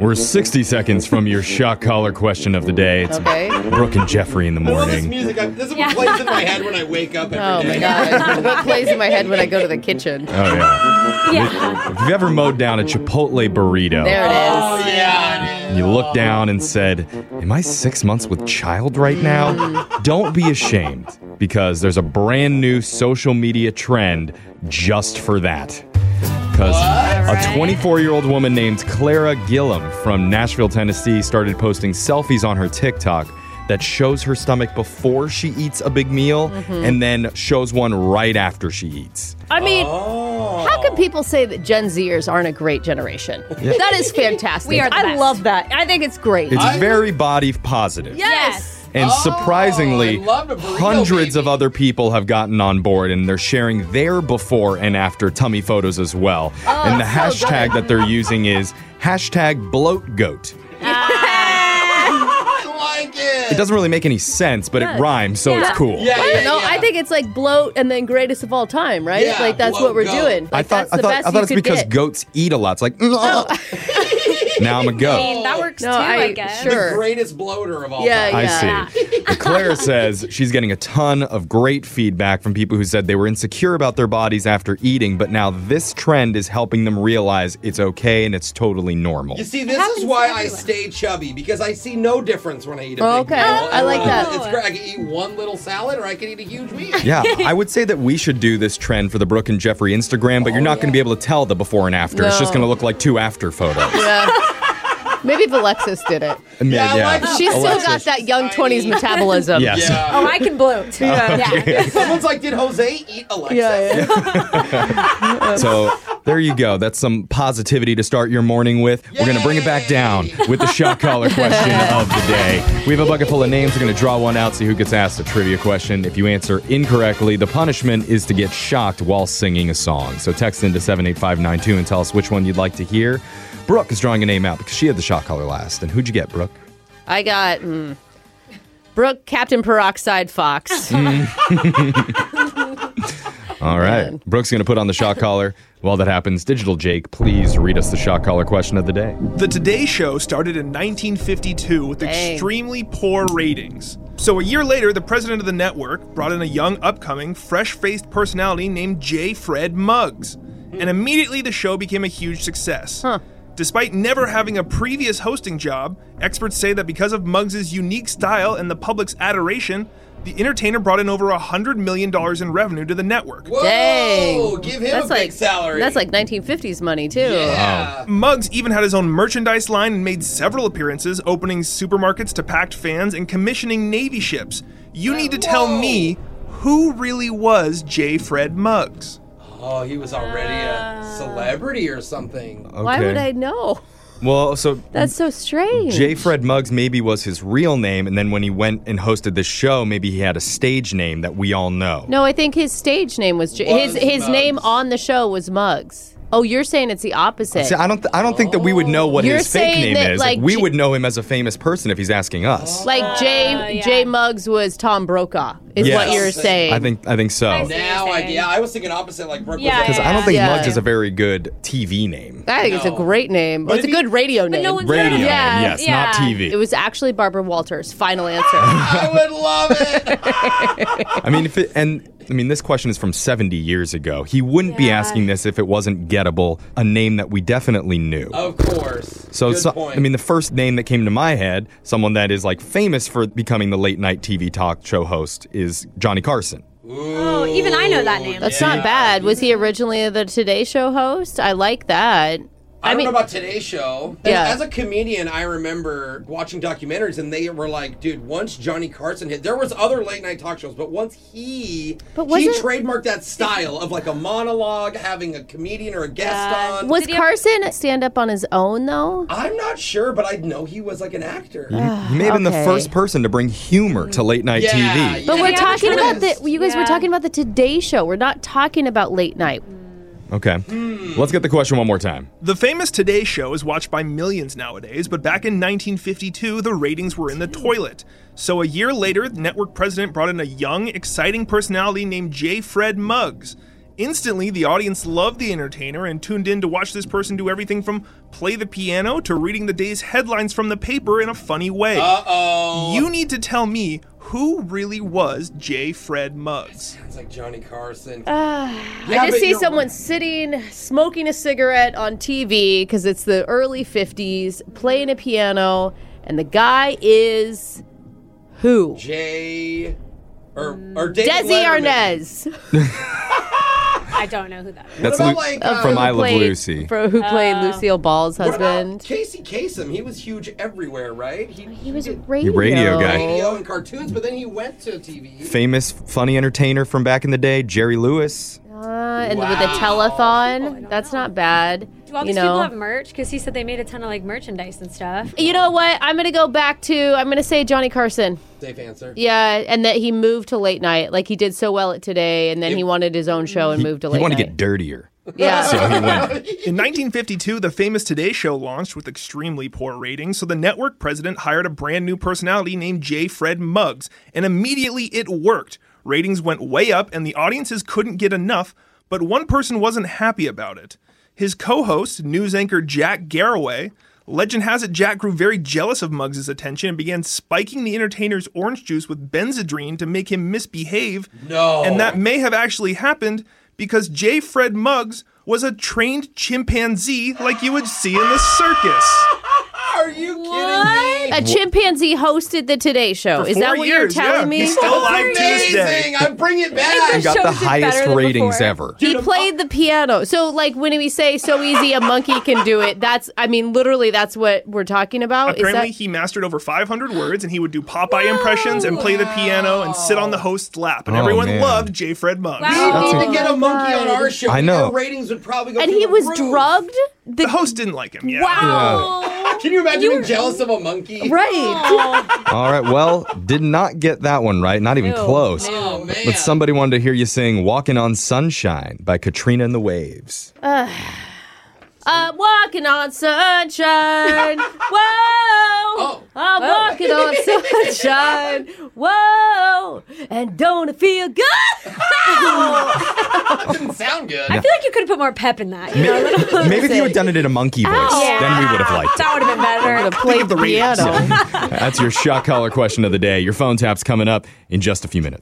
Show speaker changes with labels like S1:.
S1: We're 60 seconds from your shock collar question of the day. It's
S2: Okay.
S1: Brooke and Jeffrey in the
S3: I love this
S1: morning.
S3: music. I, this is what plays in my head when I wake up every day.
S2: Oh my god! what plays in my head when I go to the kitchen?
S1: Oh, yeah.
S4: Yeah.
S1: If you've ever mowed down a Chipotle burrito,
S2: There
S3: Oh
S2: it is.
S3: yeah.
S1: You looked down and said, Am I six months with child right now? Don't be ashamed because there's a brand new social media trend just for that. Because a 24 year old woman named Clara Gillum from Nashville, Tennessee started posting selfies on her TikTok that shows her stomach before she eats a big meal and then shows one right after she eats.
S4: I mean,
S1: Oh.
S2: How can people say that Gen Zers aren't a great generation? That is fantastic.
S4: We are the
S2: I
S4: best.
S2: love that. I think it's great.
S1: It's
S3: I-
S1: very body positive.
S4: yes.
S1: And
S3: Oh,
S1: surprisingly,
S3: I love a burrito,
S1: hundreds of
S3: baby.
S1: other people have gotten on board and they're sharing their before and after tummy photos as well.
S3: Oh,
S1: and the hashtag that they're using is hashtag bloat goat.
S3: I like it.
S1: It doesn't really make any sense, but it rhymes, so it's cool.
S3: Yeah, yeah,
S2: No,
S3: yeah.
S2: I think it's like bloat and then greatest of all time, right?
S3: Yeah,
S2: like that's
S3: bloat,
S2: what we're
S3: goat.
S2: doing.
S1: I
S2: Like,
S1: thought
S2: that's
S1: I
S2: the
S1: thought
S2: best
S1: I
S2: you
S1: thought it's
S2: could
S1: because
S2: get.
S1: goats eat a lot. It's like now I'm a goat.
S4: I mean, that works
S2: No,
S4: too, I,
S2: I-
S4: guess.
S2: sure.
S3: the greatest bloater of all
S2: Yeah,
S3: time.
S1: I
S2: yeah.
S1: see. But Claire says she's getting a ton of great feedback from people who said they were insecure about their bodies after eating, but now this trend is helping them realize it's okay and it's totally normal.
S3: You see, this
S4: happens
S3: is
S4: to
S3: why I
S4: everyone.
S3: stay chubby because I see no difference when I eat a
S2: Oh,
S3: big
S2: okay.
S3: meal.
S2: I like
S3: And, uh,
S2: that.
S3: It's great. I can eat one little salad, or I can eat a huge meal.
S1: Yeah, I would say that we should do this trend for the Brooke and Jeffrey Instagram, but you're not going to be able to tell the before and after. It's just
S2: No.
S1: going to look like two after photos.
S2: Yeah. Maybe if Alexis did it.
S3: Yeah, Alexis-
S2: She's still
S1: Oh, Alexis.
S2: got that young
S3: Tiny.
S2: 20s metabolism.
S1: Yes.
S3: Yeah.
S4: Oh, I can bloat. Yeah.
S3: Someone's like, did Jose eat Alexis?
S2: Yeah, yeah.
S1: So there you go. That's some positivity to start your morning with. We're going to bring it back down with the shot collar question of the day. We have a bucket full of names. We're going to draw one out, see who gets asked a trivia question. If you answer incorrectly, the punishment is to get shocked while singing a song. So text into 78592 and tell us which one you'd like to hear. Brooke is drawing a name out because she had the shot collar last. And who'd you get, Brooke?
S2: I got mm, Brooke Captain Peroxide Fox.
S1: All right. Brooke's going to put on the shot collar. While that happens, Digital Jake, please read us the shot collar question of the day.
S5: The Today Show started in 1952 with
S2: Dang.
S5: extremely poor ratings. So a year later, the president of the network brought in a young, upcoming, fresh faced personality named J. Fred Muggs. And immediately the show became a huge success. Despite never having a previous hosting job, experts say that because of Muggs' unique style and the public's adoration, the entertainer brought in over $100 million in revenue to the network.
S3: Whoa,
S2: Dang.
S3: Oh, Give him
S2: that's
S3: a big
S2: like
S3: salary.
S2: That's like 1950s money too.
S3: Yeah.
S5: Muggs even had his own merchandise line and made several appearances, opening supermarkets to packed fans and commissioning Navy ships. You need to tell
S3: Whoa.
S5: me who really was J. Fred Muggs.
S3: Oh, he was already
S2: Uh,
S3: a celebrity or something.
S1: Oh.
S2: Why would I know?
S1: Well, so
S2: That's so strange.
S1: J. Fred Muggs maybe was his real name, and then when he went and hosted this show, maybe he had a stage name that we all know.
S2: no, I think his stage name was, J-
S3: Was
S2: his his
S3: Muggs.
S2: name on the show was Muggs. Oh, you're saying it's the opposite.
S1: See, I don't, th- I don't think that we would know what
S2: You're
S1: his fake
S2: saying
S1: name
S2: that,
S1: is. Like,
S2: like,
S1: we
S2: J-
S1: would know him as a famous person if he's asking us.
S3: Uh,
S2: like J
S4: yeah.
S2: J Muggs was Tom Brokaw is what
S1: Yes.
S2: you're saying.
S1: I think, I think so. Because
S3: Now, I,
S4: saying.
S3: yeah, I was thinking opposite, like Brooke
S4: Yeah,
S3: was like,
S4: yeah,
S1: I don't think
S2: Yeah.
S1: Muggs is a very good TV name.
S2: I think it's a
S3: No.
S2: great name.
S3: But
S2: it's a
S3: if you-
S2: good radio name.
S4: no one's
S1: Radio, name,
S2: Yeah,
S1: yes, not
S4: yeah.
S1: TV.
S2: it was actually Barbara Walters. Final answer.
S3: I would love it.
S1: I mean, if it, and I mean, this question is from 70 years ago. He wouldn't be
S4: Yeah.
S1: asking this if it wasn't gettable, a name that we definitely knew.
S3: of course.
S1: So,
S3: Good
S1: so-
S3: point.
S1: I mean, the first name that came to my head, someone that is like famous for becoming the late night TV talk show host, is Johnny Carson.
S4: Oh, even I know that name.
S2: That's not bad. Was he originally the Today Show host? I like that.
S3: I,
S2: I mean-
S3: don't know about today's show. As-
S2: Yeah.
S3: As, a comedian, I remember watching documentaries, and they were like, "Dude, once Johnny Carson hit, there was other late night talk shows, but once he
S2: But
S3: he
S2: wasn't-
S3: trademarked that style of like a monologue, having a comedian or a guest on."
S2: Was
S4: he have-
S2: Carson stand up on his own though?
S3: I'm not sure, but I know he was like an actor.
S1: He may have been the
S2: Okay.
S1: first person to bring humor to late night
S3: Yeah,
S1: TV.
S3: yeah.
S2: But we're
S4: Yeah, that's
S2: talking
S4: what
S2: about
S3: it is.
S2: the you guys were
S4: Yeah.
S2: talking about the Today Show. We're not talking about late night.
S3: Mm.
S1: Okay.
S3: Hmm.
S1: Let's get the question one more time.
S5: The famous Today Show is watched by millions nowadays, but back in 1952, the ratings were in the toilet. So a year later, the network president brought in a young, exciting personality named J. Fred Muggs. Instantly, the audience loved the entertainer and tuned in to watch this person do everything from play the piano to reading the day's headlines from the paper in a funny way. Uh oh. You need to tell me who really was J. Fred Muggs.
S3: It's like Johnny Carson.
S2: Ah. I
S3: but
S2: just see
S3: you're-
S2: someone sitting, smoking a cigarette on TV because it's the early 50s, playing a piano, and the guy is who?
S3: Jay or or David
S2: Desi
S3: Letterman.
S2: Arnaz.
S4: I don't know who that is.
S1: That's
S3: about
S1: Lu-
S3: like, uh,
S1: from
S2: who
S1: I Love
S2: played-
S1: Lucy.
S2: For, who played
S4: Oh.
S2: Lucille Ball's
S3: What about
S2: husband.
S3: Casey Kasem, he was huge everywhere, right? He,
S2: He was a
S3: did
S2: radio,
S1: radio guy.
S3: radio and cartoons, but then he went to TV.
S1: Famous funny entertainer from back in the day, Jerry Lewis.
S2: Uh, and with
S3: Wow.
S2: a telethon. That's not bad.
S4: Oh Do all
S2: you
S4: these people
S2: know.
S4: have merch? Because he said they made a ton of like merchandise and stuff.
S2: you know what? I'm gonna go back to I'm gonna say Johnny Carson.
S3: Safe answer.
S2: Yeah, and that he moved to late night. Like he did so well at today, and then he wanted his own show and moved to
S1: He
S2: late
S1: wanted to get
S2: night.
S1: dirtier.
S2: yeah.
S1: So he went.
S5: In 1952, the famous Today Show launched with extremely poor ratings, so the network president hired a brand new personality named J. Fred Muggs, and immediately it worked. Ratings went way up, and the audiences couldn't get enough, but one person wasn't happy about it. His co host, news anchor Jack Garraway, legend has it Jack grew very jealous of Muggs' attention and began spiking the entertainer's orange juice with benzodrine to make him misbehave.
S3: No.
S5: And that may have actually happened because J. Fred Muggs was a trained chimpanzee like you would see in the circus.
S3: Are you kidding me?
S2: a chimpanzee hosted the Today Show. Is
S5: four
S2: that what you're
S5: years, yeah.
S2: telling me?
S5: He's still alive to this day.
S3: Amazing! I'm bringing it back.
S4: It's
S1: Got
S4: Shows
S1: the
S4: did better
S1: highest
S4: than
S1: ratings
S4: before.
S1: ever.
S2: he played the piano. So like when we say so easy a monkey can do it, that's I mean literally that's what we're talking about.
S5: Apparently,
S2: Is that
S5: he mastered over 500 words, and he would do Popeye impressions and play the piano and sit on the host's lap, and
S1: Oh,
S5: everyone
S1: man.
S5: loved J. Fred Muggs.
S4: Wow.
S3: We need to get a monkey on our show.
S1: I know.
S3: Our ratings would probably go.
S2: and
S3: through
S2: he
S3: the
S2: was
S3: roof.
S2: drugged? The,
S5: The host didn't like him. Yeah.
S4: Wow.
S3: Can you imagine being jealous of a monkey?
S2: Right.
S1: All right, well, did not get that one right. Not even
S4: Ew,
S1: close.
S4: ew.
S3: Oh man.
S1: But somebody wanted to hear you sing Walking on Sunshine by Katrina and the Waves.
S2: I'm walking on sunshine. Whoa.
S3: Oh.
S2: I'm walking on sunshine. Whoa. And don't it feel good?
S3: didn't sound good.
S4: I feel like you could have put more pep in that. You know?
S1: Maybe if you had done it in a monkey voice, then we would have liked it.
S4: That would have been better.
S2: Played the piano.
S1: That's your shock collar question of the day. Your phone tap's coming up in just a few minutes.